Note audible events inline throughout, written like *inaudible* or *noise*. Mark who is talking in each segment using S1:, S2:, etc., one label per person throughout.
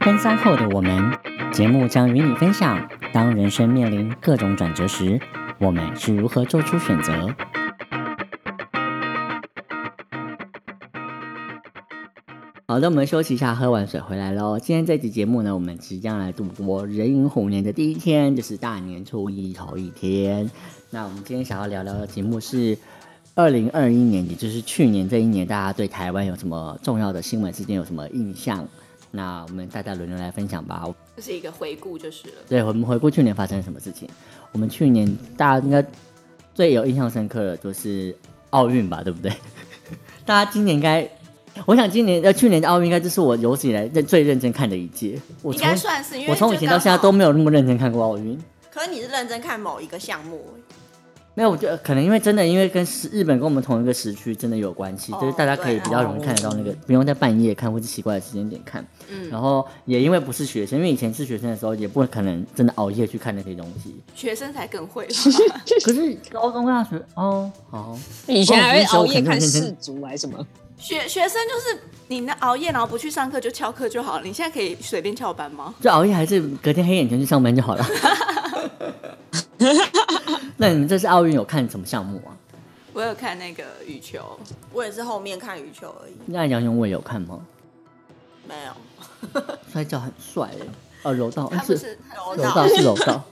S1: 登山后的我们，节目将与你分享，当人生面临各种转折时，我们是如何做出选择。好的，我们休息一下，喝完水回来喽。今天这期节目呢，我们即将来度过壬寅虎年的第一天，就是大年初一头一天。那我们今天想要聊聊的节目是二零二一年，也就是去年这一年，大家对台湾有什么重要的新闻事件有什么印象？那我们大家轮流来分享吧。
S2: 这是一个回顾就是了。
S1: 对，我们回顾去年发生了什么事情。我们去年大家应该最有印象深刻的就是奥运吧，对不对？ *laughs* 大家今年应该，我想今年呃去年的奥运应该就是我有史以来认最认真看的一届。我
S2: 应
S1: 从
S2: 该算是，因为
S1: 我从以
S2: 就
S1: 前到
S2: 刚
S1: 现在
S2: 好
S1: 都。没有那么认真看过奥运。
S2: 可是你是认真看某一个项目，
S1: 没有，我觉得可能因为真的，因为跟时日本跟我们同一个时区真的有关系，
S2: 哦
S1: 就是大家可以
S2: 对啊
S1: 比较容易看得到那个，不用在半夜看或是奇怪的时间点看。嗯，然后也因为不是学生，因为以前是学生的时候，也不可能真的熬夜去看那些东西。
S2: *laughs* 学生才更会吧。
S1: *laughs* 可是高中大学哦，好，
S3: 以前
S1: 哦
S3: 还会熬夜看世足啊还是什么？
S2: 学学生就是你那熬夜然后不去上课就翘课就好了，你现在可以随便翘班吗？
S1: 就熬夜还是隔天黑眼圈去上班就好
S2: *laughs*
S1: 了。那你们这次奥运有看什么项目啊？
S2: 我有看那个羽球，
S4: 我也是后面看羽球而已，
S1: 那杨永伟有看吗？
S4: 没有。
S1: *laughs* 摔跤很帅耶，哦，柔道
S2: 他
S1: 哎
S2: 不
S1: 是
S2: 是
S4: 柔
S1: 柔道是柔
S2: *laughs*
S1: 道，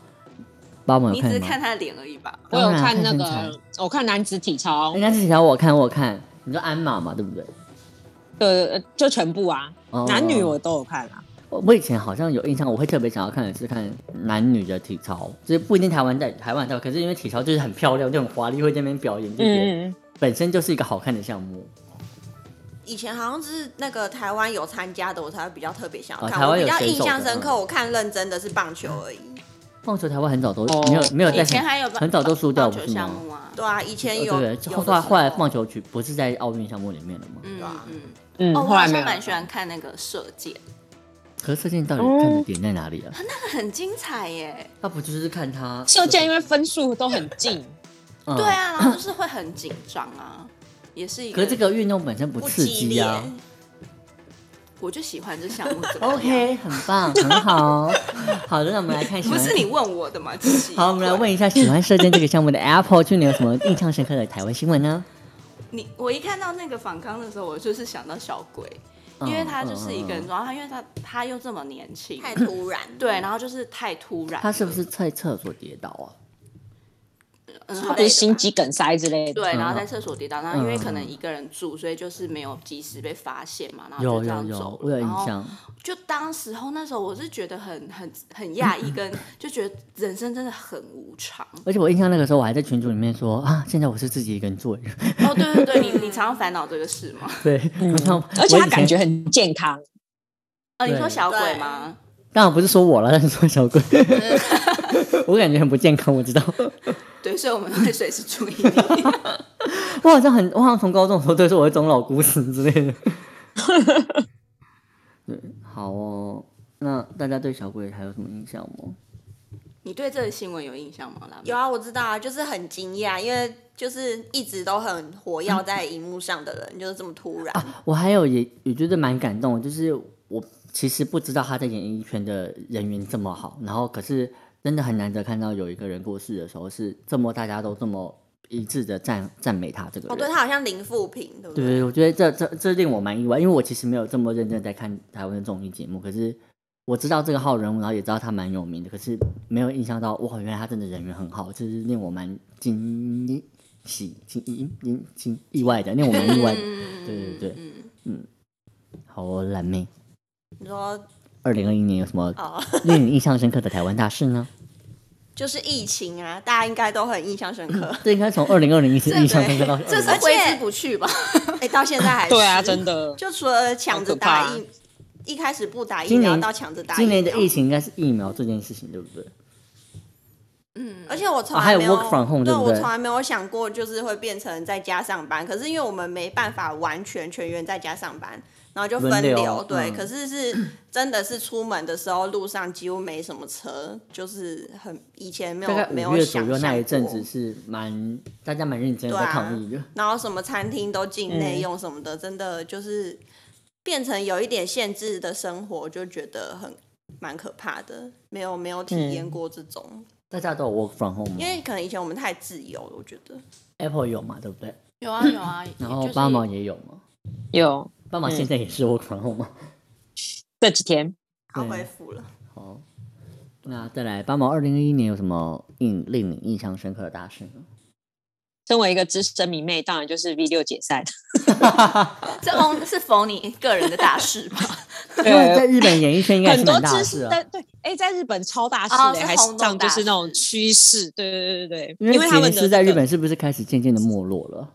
S1: 八毛
S2: 你
S1: 有
S2: 只
S1: 看
S2: 是
S1: 吗？
S2: 看他的脸而已吧？
S3: 我有看那
S1: 当然看身
S3: 个，我看男子体操
S1: 人，家是条我看我看，你说鞍马嘛，对不对？
S3: 呃，就全部啊
S1: 哦，
S3: 男女我都有看啊。
S1: 我我以前好像有印象，我会特别想要看的是看男女的体操，就是不一定台湾在台湾在，可是因为体操就是很漂亮，就很华丽，会在那边表演，就觉得
S3: 嗯，
S1: 本身就是一个好看的项目。
S4: 以前好像是那个台湾有参加的，我才会比较特别想要
S1: 哦
S4: 看。
S1: 台
S4: 我
S1: 湾有
S4: 比较
S1: 选
S4: 印
S1: 手
S4: 象
S1: 的
S4: 深刻，
S1: 嗯
S4: 我看认真的是棒球而已。
S1: 棒球台湾很早都
S3: 哦
S1: 没有没有在
S2: 以前还有棒
S1: 很早都输掉
S2: 棒球
S1: 不是吗
S2: 项目啊。
S4: 对啊，以前
S1: 对
S4: 有，
S1: 哦对，
S4: 有
S1: 后
S4: 的
S1: 来后来
S4: 时候
S1: 棒球局不是在奥运项目里面了吗？
S2: 嗯嗯，
S3: 嗯，
S2: 哦，我
S3: 后
S2: 好
S3: 来没
S2: 像
S3: 有。
S2: 蛮喜欢看那个射箭，
S1: 可是射箭到底看的点在哪里啊？
S2: 那很精彩耶。
S1: 那不就是看他
S3: 射箭因为分数都很近，
S1: 嗯
S2: 对啊，然后就是会很紧张啊，也是一个。
S1: 可是这个运动本身不
S4: 不
S1: 刺
S4: 激
S1: 激
S4: 烈。
S1: 啊。
S2: 我就喜欢这项目
S1: *laughs*
S2: 怎么样
S1: OK，很棒，很好。好的，那我们来看喜
S2: *laughs* 不
S1: 欢
S2: 是你问我的吗？
S1: *laughs*
S2: 奇
S1: 好，我们来
S2: 怪
S1: 问一下喜欢射箭这个项目的 Apple，去年有什么印象深刻的台湾新闻呢？
S2: 你我一看到那个访康的时候，我就是想到小鬼， *laughs* 因为他就是一个人
S1: 嗯，嗯嗯
S2: 然后他因为他他又这么年轻，
S4: 太
S1: *laughs*
S4: 突然，
S2: 对，然后就是太突然，
S1: 他是不是在厕所跌倒啊？
S2: 嗯
S4: 之
S2: 好累
S3: 就
S4: 类
S3: 是
S4: 的
S3: 心肌梗塞之类的。
S2: 对，然后
S1: 嗯
S2: 在厕所跌倒，然后因为可能一个人住，所以就是没有及时被发现嘛，然后
S1: 有
S2: 啊就这
S1: 有
S2: 样走
S1: 有，
S2: 了
S1: 我有印。
S2: 然后
S1: 象。
S2: 就当时候那时候，我是觉得很很很讶异，跟就觉得人生真的很无常。
S1: 而且我印象那个时候我还在群组里面说啊，现在我是自己一个人 *laughs* 住。
S2: 哦，对对对，你你常常烦恼这个事
S1: *laughs*
S2: 吗？
S1: 对，
S2: 嗯
S1: 好像
S3: 嗯而且
S1: 我以前
S3: 他感觉很健康，
S2: 呃，你说
S1: 对
S2: 小鬼吗？
S1: 当然不是说我了， *laughs* 但是说小鬼， *laughs* 我感觉很不健康，我知道。
S2: 对，所以我们会随时注意你。
S1: 我好像很，我好像从高中的时候对说我是中老孤死之类的。对，好哦。那大家对小鬼还有什么印象吗？
S2: 你对这个新闻有印象吗？拉妹
S4: 有啊，我知道啊，就是很惊讶，因为就是一直都很活跃在荧幕上的人，就是这么突然。
S1: 啊我还有也也觉得蛮感动的，就是我其实不知道他在演艺圈的人缘这么好，然后可是真的很难得看到有一个人过世的时候是这么大家都这么一致的赞赞美他这个人。
S4: 哦，对他好像零负评，对不
S1: 对对，我觉得这这这令我蛮意外，因为我其实没有这么认真在看台湾的综艺节目，可是我知道这个号人物，然后也知道他蛮有名的，可是没有印象到哇，原来他真的人缘很好，这是令我蛮惊喜、惊意、惊惊意外的，令我蛮意外的。
S4: *laughs*
S1: 对对对，
S2: 嗯，
S1: 好哦，我蓝妹，
S4: 你说
S1: 二零二一年有什么
S4: 哦， *laughs*
S1: 令你印象深刻的台湾大事呢？ *laughs*
S4: 就是疫情啊，大家应该都很印象深 *laughs* 刻。
S1: 这应该从二零二零一直印象深刻到
S2: 这是
S4: 而且
S2: 挥之不去
S3: *laughs*
S2: 吧？
S4: 哎、到现在还是
S3: 对啊，真的。
S4: 就除了抢着
S3: 好可
S4: 打
S3: 怕
S4: 疫，一开始不打疫
S1: 今
S4: 苗
S1: 年
S4: 到抢着打疫
S1: 今
S4: 苗，
S1: 年的疫，情应该是疫苗这件事情，对不对？
S2: 嗯，
S4: 而且我从
S1: 啊还
S4: 来
S1: 有
S4: 没有、
S1: work from home，
S4: 对
S1: 对不
S4: 我
S1: 对
S4: 从来没有想过就是会变成在家上班，可是因为我们没办法完全全员在家上班，然后就分
S1: 轮
S4: 流，
S1: 流
S4: 对，
S1: 嗯
S4: 可是是 *clears throat* 真的是出门的时候路上几乎没什么车，就是很以前没
S1: 大概
S4: 有没
S1: 五
S4: 有
S1: 月左
S4: 想
S1: 右那
S4: 象
S1: 一阵子
S4: 过
S1: 是蛮大家蛮认真地在
S4: 对啊
S1: 抗议的。
S4: 然后什么餐厅都境
S3: 嗯
S4: 内用什么的，真的就是变成有一点限制的生活，就觉得很蛮可怕的。没有没有体验过这种，
S1: 大家都有 work from home 吗
S4: 因为可能以前我们太自由了，我觉得。
S1: Apple 有嘛，对不对？
S2: 有啊有啊，
S1: 然后
S2: 就是
S1: 八毛也有嘛，
S3: 有
S1: 八毛现在也是 work from home 嘛。
S3: 这几天
S4: 好
S1: 对
S4: 恢复了，
S1: 好，那再来八毛，二零二一年有什么印令你印象深刻的大事呢？
S3: 身为一个资深迷妹，当然就是 V 六解散。
S2: *laughs* 这翁是否你个人的大事吧？
S1: 因为在日本演艺圈应该也是
S3: 呃很多
S1: 蛮大的
S3: 知
S1: 事
S3: 识，
S1: 啊。
S3: 但对，哎，在日本超大事
S2: 哦
S3: 的，
S2: 是
S3: 还
S2: 轰动
S3: 上就
S2: 大
S3: 是那种
S2: 事
S3: 趋势，对对对对
S1: 因
S3: 对，因为他
S1: 杰
S3: 们
S1: 尼
S3: 的
S1: 斯在
S3: 那
S1: 日
S3: 个，
S1: 本是不是开始渐渐的没落了？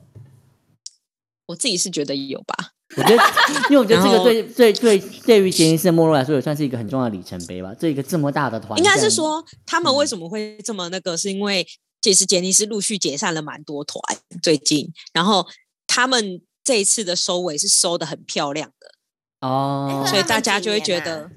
S3: 我自己是觉得有吧，
S1: 我觉得， *laughs* 因为我觉得这
S3: 然
S1: 个
S3: 后
S1: 对对对，对于杰尼斯的没落来说，也算是一个很重要的里程碑吧。这一个这么大的团，
S3: 应该是，说他
S1: 嗯
S3: 们为什么会这么那个，是因为其实杰尼斯陆续解散了蛮多团最近，然后他们这一次的收尾是收的很漂亮的，
S1: 哦
S4: 那
S3: 所以
S4: 他
S3: 大
S4: 们
S3: 家
S4: 几
S3: 就会
S4: 年
S3: 觉
S4: 啊
S3: 得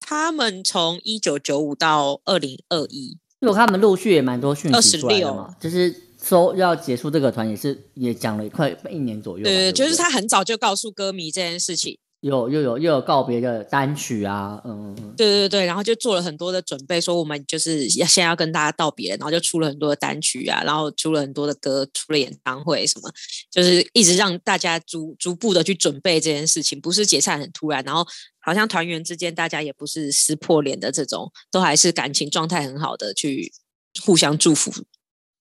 S3: 他们从一九九五到二零二一，
S1: 因为我看他们陆续也蛮多讯息出来的嘛，
S3: 26
S1: 就是说要结束这个团，也是也讲了快一年左右嘛。
S3: 对，
S1: 对，
S3: 就是。他很早就告诉歌迷这件事情。
S1: 有又有又有告别的单曲啊，嗯，嗯
S3: 对对对，然后就做了很多的准备，说我们就是要现在要跟大家道别，然后就出了很多的单曲啊，然后出了很多的歌，出了演唱会什么，就是一直让大家逐逐步的去准备这件事情，不是解散很突然，然后好像团员之间大家也不是撕破脸的这种，都还是感情状态很好的去互相祝福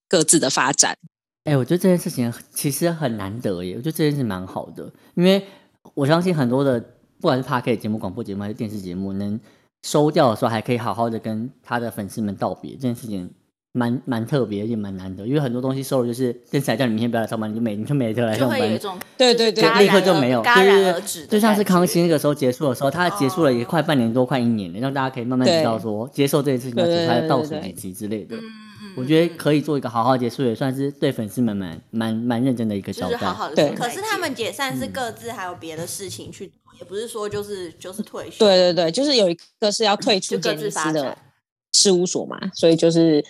S3: 各自的发展。
S1: 哎、我觉得这件事情其实很难得耶，我觉得这件事蛮好的，因为我相信很多的不管是 p a r k 节目、广播节目还是电视节目，能收掉的时候还可以好好的跟他的粉丝们道别，这件事情蛮蛮特别也蛮难得，因为很多东西收了就是电视台叫你明天不要来上班，你就没你就没得来
S2: 就
S1: 上
S2: 会有一
S1: 班。
S2: 种
S3: 对对对
S1: 就
S2: 戛
S1: 立
S2: 然
S1: 刻就
S2: 而
S1: 没有，
S2: 戛
S1: 对对
S2: 然
S1: 对
S2: 而止的感觉，
S1: 就像是康熙那个时候结束的时候，他结束了也快半年多、快一年了，让大家可以慢慢知
S3: 哦对
S1: 道说接受这件事情要
S3: 对对
S1: 只还
S3: 对
S1: 倒
S3: 对
S1: 数
S3: 对
S1: 几集之类的。
S2: 嗯，嗯
S1: 我觉得
S2: 嗯
S1: 可以做一个好好结束，也算是对粉丝们蛮蛮蛮认真的一个
S2: 就
S1: 交
S2: 是
S1: 代。嗯
S2: 好好的
S3: 对
S2: 说再见。
S4: 可是他们解散是各自还有别的事情去做，也不是说就是就是退休。
S3: 对对对，就是有一个是要退出
S2: 就各
S3: 杰
S2: 自
S3: 尼斯
S2: 发
S3: 的
S2: 展
S3: 事务所嘛，所以就是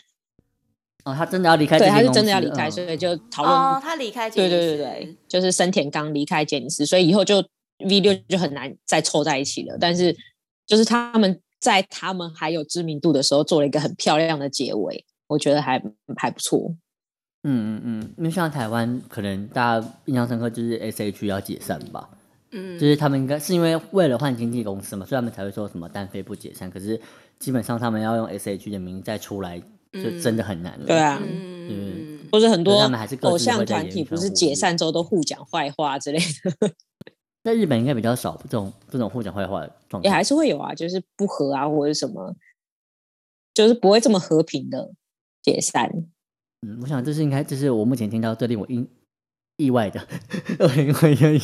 S1: 哦，他真的要离开这
S3: 对
S1: 间
S3: 他
S1: 公司，
S3: 是真的要离开，
S1: 嗯
S3: 所以就讨论
S2: 哦，他离开杰
S3: 对对
S2: 尼
S3: 对
S2: 斯
S3: 对，就是森田刚离开杰尼斯，所以以后就 V 六就很难再凑在一起了。但是就是他们在他们还有知名度的时候，做了一个很漂亮的结尾，我觉得还还不错。
S1: 嗯嗯嗯，因为像台湾可能大家印象深刻就是 S H 要解散吧，就
S2: 嗯，
S1: 是他们应该是因为为了换经纪公司嘛，所以他们才会说什么单飞不解散，可是基本上他们要用 S H 的名义再出来，就
S2: 嗯
S1: 真的很难了。
S3: 对啊，
S2: 嗯嗯嗯，
S3: 或者很
S1: 可是
S3: 多
S1: 他们还是各自
S3: 偶
S1: 会
S3: 像
S1: 在
S3: 团
S1: 演艺
S3: 体
S1: 圈
S3: 不是
S1: 互
S3: 解
S1: 利
S3: 散之后都互讲坏话之类的，
S1: 在日本应该比较少这种这种互讲坏话的状
S3: 也
S1: 态
S3: 还。是会有啊，就是不和啊或者什么，就是不会这么和平的解散。
S1: 嗯，我想这是应该这是我目前听到最令我意意外的 *laughs* 二零二一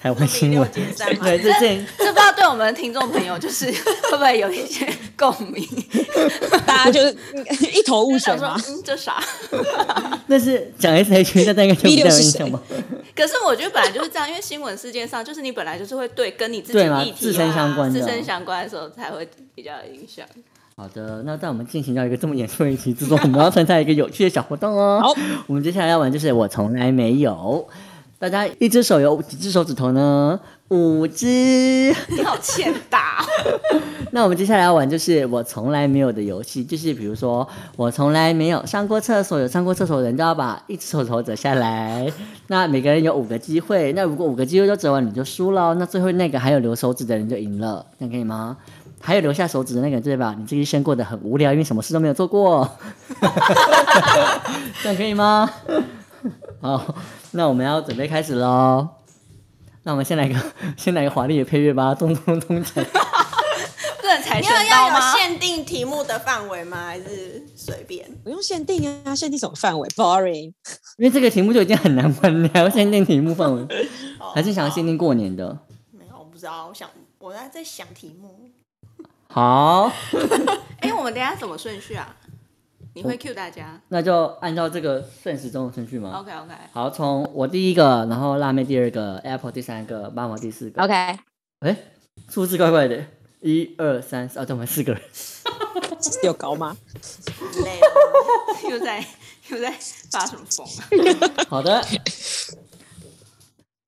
S1: 台湾
S4: 第
S1: 新
S4: 六
S1: 闻。
S4: 解散
S1: *laughs*
S4: 嘛，
S1: 对，这件
S2: 这不知道对我们的听众朋友，就是 *laughs* 会不会有一些共鸣？
S3: 大家就是 *laughs* 一头雾水
S2: 想说，
S3: 嘛。
S2: 嗯，这啥？
S1: 那是讲 S H E，那大家应该就
S3: B
S1: 比
S3: *laughs* 六
S1: 较有
S3: 是
S1: 印
S3: 谁
S1: 象吧？
S2: 可是我觉得本来就是这样，因为新闻事件上，就是你本来就是会对跟你自己
S1: 对嘛
S2: 议题、啊
S1: 自身相关的
S2: 自身相关的时候才会比较有影
S4: *laughs*
S2: 响。
S1: 好的，那在我们进行到一个这么严肃的议题之中，我们要参加一个有趣的小活动哦。
S3: 好，
S1: 我们接下来要玩就是我从来没有。大家一只手有几只手指头呢？五只。
S2: 你好欠 *laughs* 打哦、
S1: 那我们接下来要玩就是我从来没有的游戏，就是比如说我从来没有上过厕所，有上过厕所的人就要把一只手指头折下来。那每个人有五个机会，那如果五个机会都折完你就输了哦，那最后那个还有留手指的人就赢了，这样可以吗？还有留下手指的那个人对吧？你这一生过得很无聊，因为什么事都没有做过， *laughs* 这样可以吗？好，那我们要准备开始喽。那我们先来个先来个华丽的配乐吧，咚咚咚咚。
S2: 不能才
S4: *laughs* 你有
S2: 选刀
S4: 要有
S2: 吗？
S4: 限定题目的范围吗？还是随便？
S3: 不用限定啊，限定什么范围？Boring。
S1: 因为这个题目就已经很难玩了，还要限定题目范围，
S4: 哦
S1: 还是想要限定过年的。
S4: 没有，我不知道。我想我在在想题目，
S1: 好，
S2: 哎、我们等一下什么顺序啊？你会 cue 大家
S1: 那就按照这个顺时钟的顺序吗？
S2: ？OK *laughs* OK，
S1: 好，从我第一个，然后辣妹第二个，Apple 第三个，八毛第四个。
S3: OK，
S1: 哎，数字怪怪的，一二三四，哦，对，我们四个人。
S3: 有高吗？
S4: 累了
S2: 又在又在发什么疯啊？
S1: 好的，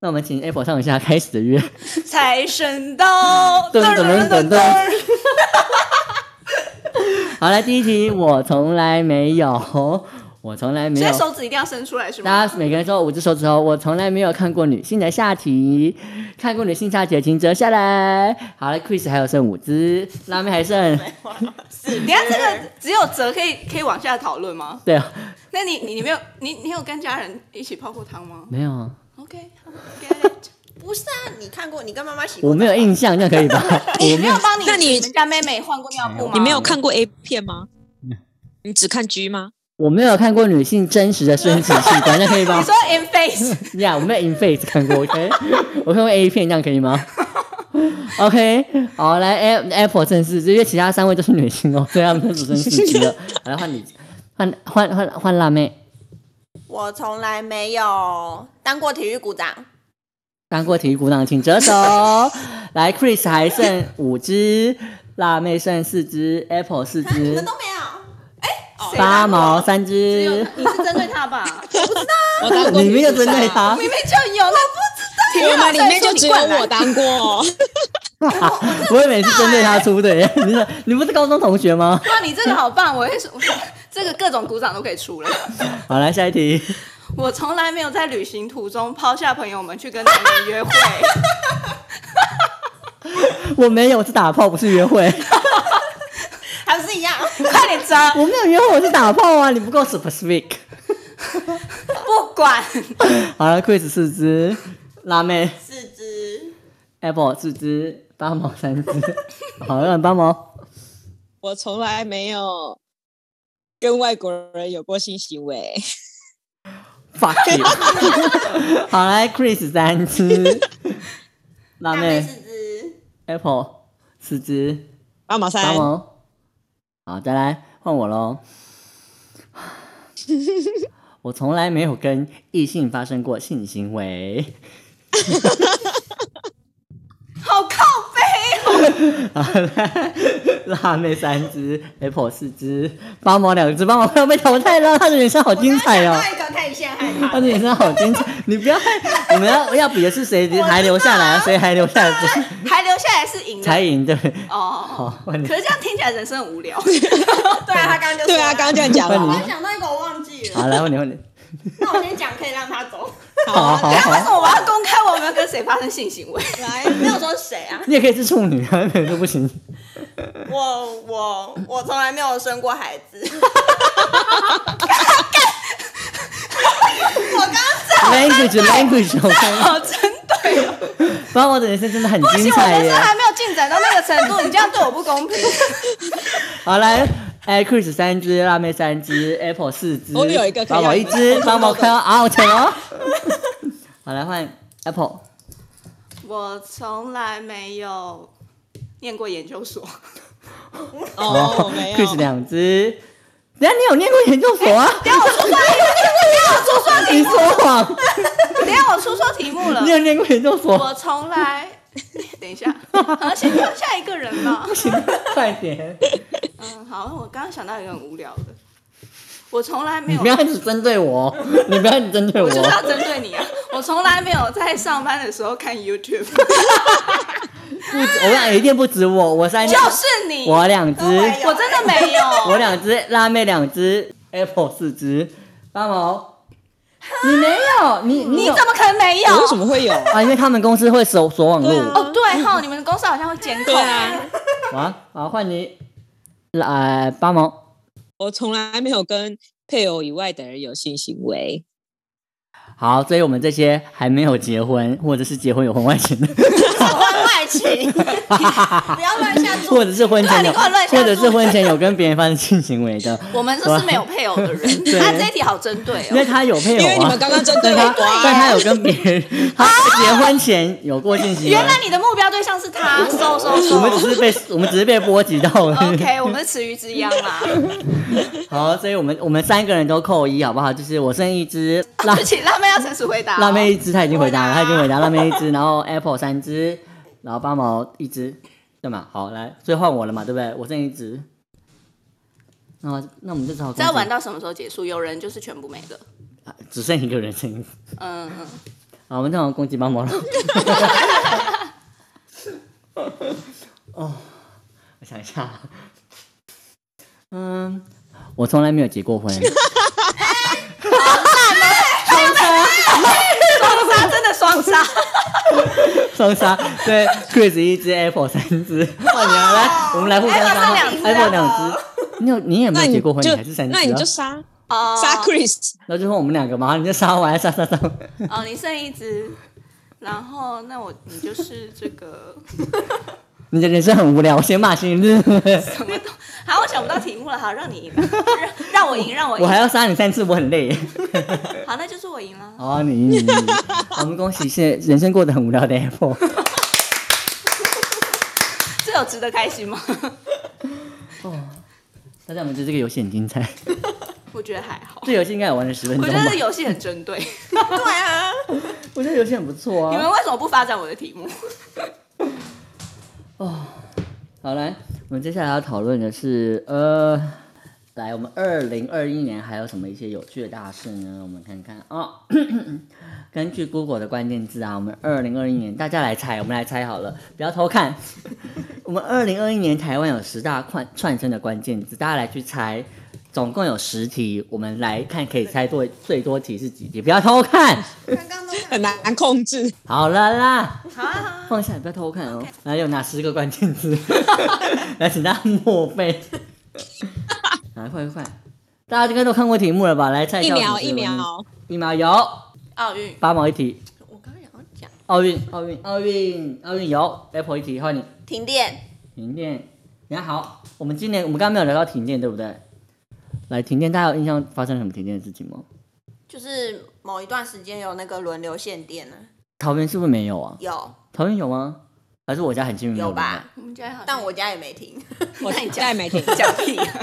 S1: 那我们请 Apple 唱一下开始的乐。
S4: 财
S2: *laughs*
S4: 神到，
S1: 噔噔噔噔噔。好来，第一题，我从来没有，我从来没
S4: 所
S1: 有
S4: 以。手指一定要伸出来是吗
S1: 大？家每个人说五只手指头，我从来没有看过女性的下体，看过女性下体的请折下来。好了，Chris 还有剩五只，辣妹还剩，
S4: 等
S2: *laughs* 等一下这个只有折可以可以往下讨论吗？
S1: 对哦，
S2: 那你你你没有你你有跟家人一起泡过汤吗
S1: 没有啊，
S2: ？OK，
S4: 不是啊，你看过，你跟妈妈洗过澡
S1: 我没有印象，这样可以吧？我没有，
S4: 帮你
S3: 那你
S4: 你们家妹妹换过尿布吗？
S3: 你
S1: 啊
S3: 没有看过 A 片吗？你只看 G 吗？
S1: 我没有看过女性真实的生殖器官，这样可以吧
S2: *laughs*
S4: 你说 in face
S1: 呀我没有 in face 看过，OK，我看过 A 片，这样可以吗？OK，好，来 A- Apple 正式，因为其他三位都是女性哦，所以他们都只剩四只了。好，来换你，换换换换辣妹，
S4: 我从来没有当过体育股长，
S1: 当过体育股长，请折手。来，Chris 还剩五只，辣妹剩四只，Apple 四
S4: 你
S1: 只
S4: 们，都没有。谁
S1: 八
S4: 当过
S1: 毛三
S2: 只有
S1: 只。
S2: 你是针对他 *laughs* 吧？
S3: 我当
S1: *laughs*
S3: 过
S1: 你没有针
S3: 女
S1: 对
S3: 生啊，
S1: 他，
S4: 明明就有，那不知道。
S3: 我们里面就只有我
S4: 的。
S3: 当过哦。
S1: 我也每次针对他出的耶。你是你不是高中同学吗？
S2: 哇，你这个好棒！我会
S4: *laughs*
S2: 说，我这个各种鼓掌都可以出了。
S1: 好，来下一题。
S2: 我从来没有在旅行途中抛下朋友们去跟男人约会。
S1: 我没有，我是打炮，不是约会。
S4: 还不是一样，
S2: 快点扎，
S1: 我没有约会，我是打炮啊！你不够 specific。
S2: 不管。
S1: 好了，Chris 四只，辣妹
S4: 四只
S1: Apple 四只，八毛三只。好，让八毛。
S3: *laughs* 我从来没有跟外国人有过性行为。
S1: Fuck you。好， *laughs* 来 Chris 三 *laughs* 只，辣妹
S4: 四只
S1: Apple 四只，
S3: 八
S1: 八
S3: 毛三，
S1: 毛。好，再来换我 *laughs* 喽。我从来没有跟异性发生过性行为。 *laughs*
S2: 好靠背，
S1: 辣妹三只，Apple 四只，八毛两只，八毛快要被淘汰了。他的人生好精彩哦，
S4: 一个可以陷害
S1: 他的人生好精彩。你不要，我们要要比的是谁还留下来，谁还留下来
S2: 还留下来是赢
S1: 才
S2: 的
S1: 赢对不对？
S2: 哦。
S1: 好，换你
S2: 可，是这样听起来人生很
S1: *laughs*
S2: 无聊。
S4: 对啊，他刚刚就说
S3: 对啊，刚刚这样讲
S1: 换
S3: 了
S1: 你。
S4: 我想到一个我忘记了，
S1: 好，来换你，换你，
S4: 那我先讲，可以让他走。
S1: 好哦好啊
S2: 为什
S1: 好。
S2: 么我要公开我没有跟谁发生性行为？
S4: 来，哎没有说谁啊？
S1: 你也可以是处女啊，每个都不行。
S4: 我我我从来没有生过孩子。 *laughs* 我刚刚
S1: Language language，我看
S2: 好针对哦，
S1: 八毛的人生真的很
S2: 不
S1: 精
S2: 行，我
S1: 彩
S2: 人
S1: 耶
S2: 生。还没有进展到那个程度，你这样对我不公平。
S1: 好来，哎，Chris 三只，辣妹三只，Apple 四只，
S3: 我有一个可
S1: 八
S3: 以
S1: 毛
S3: 让
S1: 一
S3: 你
S1: 只，
S3: 们
S1: 八毛快要 out 了。好来换 Apple。
S2: 我从来没有念过研
S1: *laughs*
S2: 究所，
S3: 哦，我没有。
S1: Chris 两只。等下你有念过研究所啊？等下我出错，等下我出错，你说谎，
S2: 等一下我出错题目了
S1: 你。有念过研究所？
S2: 我从来，等一下，好，先跳下一个人吧。
S1: 快点，
S2: 嗯，好，我刚刚想到一个很无聊的，我从来没
S1: *laughs* 你
S2: 有
S1: 不，要一直针对我，
S2: *laughs*
S1: 你不要一直针对
S2: 我就是要
S1: 我。
S2: 针对你啊！我从来没有在上班的时候看 YouTube，
S1: *laughs* 不止，我俩一定不止我，我三只，
S2: 就是你，
S1: 我两只，
S2: 我真的没有，
S1: 我两只，辣妹两只，Apple 四只，八毛，你没有，你你
S2: 你
S1: 有
S2: 怎么可能没有
S3: 我？为什么会有？
S1: 啊？因为他们公司会锁锁网
S3: 对
S1: 路
S3: 啊。
S2: 哦，对哈，你们公司好像会监控
S3: 对，啊，
S1: 嗯啊，好，换你，来八毛，
S3: 我从来没有跟配偶以外的人有性行为。
S1: 好，所以我们这些还没有结婚，或者是结婚有婚外情
S2: *laughs*
S1: 的。
S4: 婚外
S1: *laughs*
S4: 情，不要乱下注。
S1: 或者是婚前有，
S2: 对你给我乱下
S1: 或
S2: 注
S1: 者是婚前有跟别人发生性行为的，
S2: *laughs* 我们就是没有配偶的人，
S1: 对
S2: 那这一题好针对
S1: 因为
S2: 哦。
S1: 他有配
S3: 因为
S1: 偶
S3: 你
S1: 啊
S3: 们，刚刚针
S1: *laughs*
S3: 对
S1: 但
S3: 我
S1: 他
S2: *laughs*
S3: 啊，
S1: 但他有跟别人，他结婚前有过性行为
S2: 原，来你的目标对象是他，收收
S1: 我们
S2: 收。
S1: 只是被我们只是被波及到了。
S2: OK，我们是池鱼之殃啦。
S1: *laughs* 好，所以我们我们三个人都扣一，好不好？就是我剩一只
S2: 对
S1: 辣
S2: 不起，辣妹要诚实回答哦。
S1: 辣妹一只，他已经回答了，他已经回答辣妹一
S2: *laughs*
S1: 只，然后 Apple 三只，然后八毛一只，对嘛？好，来，所以换我了嘛，对不对？我剩一只。那那我们就只好
S2: 这要
S1: 公
S2: 玩
S1: 主
S2: 到什么时候结束？有人就是全部没了。
S1: 只剩一个人剩一只
S2: 嗯，嗯
S1: 啊，我们正好攻击猫毛了。 *laughs* 哦，我想一下，嗯，我从来没有结过 *laughs* 婚。
S4: 双杀真的双
S2: *laughs*
S4: 杀，
S1: 双杀，对，Chris 一只，Apple 三只，换你了来，我们来互相
S4: Apple
S1: 杀
S4: 剩两只
S1: 哦，Apple
S4: 啊
S1: 两只，你有你也没
S3: 那
S1: 有
S3: 你
S1: 结过婚，你
S3: 就
S1: 还是三只、啊，
S3: 那你就杀
S4: 哦
S3: 杀 Chris，
S1: 那就说我们两个嘛，你就杀完杀杀杀，
S4: 哦，你剩一只，
S2: 然后那我你就是这
S1: *laughs*
S2: 个，
S1: 你的人生很无聊，我先骂新日，
S4: 好，我想不到题目了，好，让你赢，让让我赢，让我
S1: 我
S4: 赢，
S1: 还要杀你三次，我很累。
S4: 好，那就是我赢了。
S1: 好啊，你你你， *laughs* 我们恭喜是人生过得很无聊的 Apple。
S4: 这有值得开心吗？
S1: 大家有没有觉得这个游戏很精彩？
S4: 我觉得还好，
S1: 这游戏应该有玩了十分
S4: 我
S1: 钟
S4: 觉得
S1: 吧
S4: 这？游戏很
S1: *laughs*
S4: 针对。对啊，
S1: 我觉得游戏很不错
S4: 你
S1: 啊。
S4: 们为什么不发展我的题目？
S1: 好，来，我们接下来要讨论的是，呃，来，我们二零二一年还有什么一些有趣的大事呢？我们看看啊、 *coughs* 根据 Google 的关键字啊，我们二零二一年大家来猜，我们来猜好了，不要偷看。 *laughs* 我们二零二一年台湾有十大串串生的关键字，大家来去猜，总共有十题，我们来看可以猜多最多题是几题，不要偷看。
S4: 刚刚都
S3: 很难控制。
S1: 好了啦，
S4: 好啊好啊，
S1: 放下，不要偷看哦。来，有哪十个关键
S3: *laughs*
S1: 字？来，请大家默背。来，快快快！大家应该都看过题目了吧？来，猜
S3: 一
S1: 下
S3: 秒
S1: 我们
S3: 一
S1: 是问
S3: 秒，
S1: 一秒有
S4: 奥运，
S1: 八毛一题，
S4: 我刚刚想要讲
S1: 奥运奥运奥运奥运有 Apple 一题，换你
S4: 停电，
S1: 停电。你看好，我们今年我们刚刚没有聊到停电，对不对？来，停电，大家有印象发生什么停电的事情吗？
S4: 就是某一段时间有那个轮流限电呢，
S1: 桃园是不是没有啊？
S4: 有
S1: 桃园有吗？还是我家很幸运没
S4: 有
S1: 嗯吧？
S4: 吧？
S2: 我们家好像，
S4: 但我家也没停，
S3: 我
S4: 那你
S3: 再没停。
S4: 讲屁啊！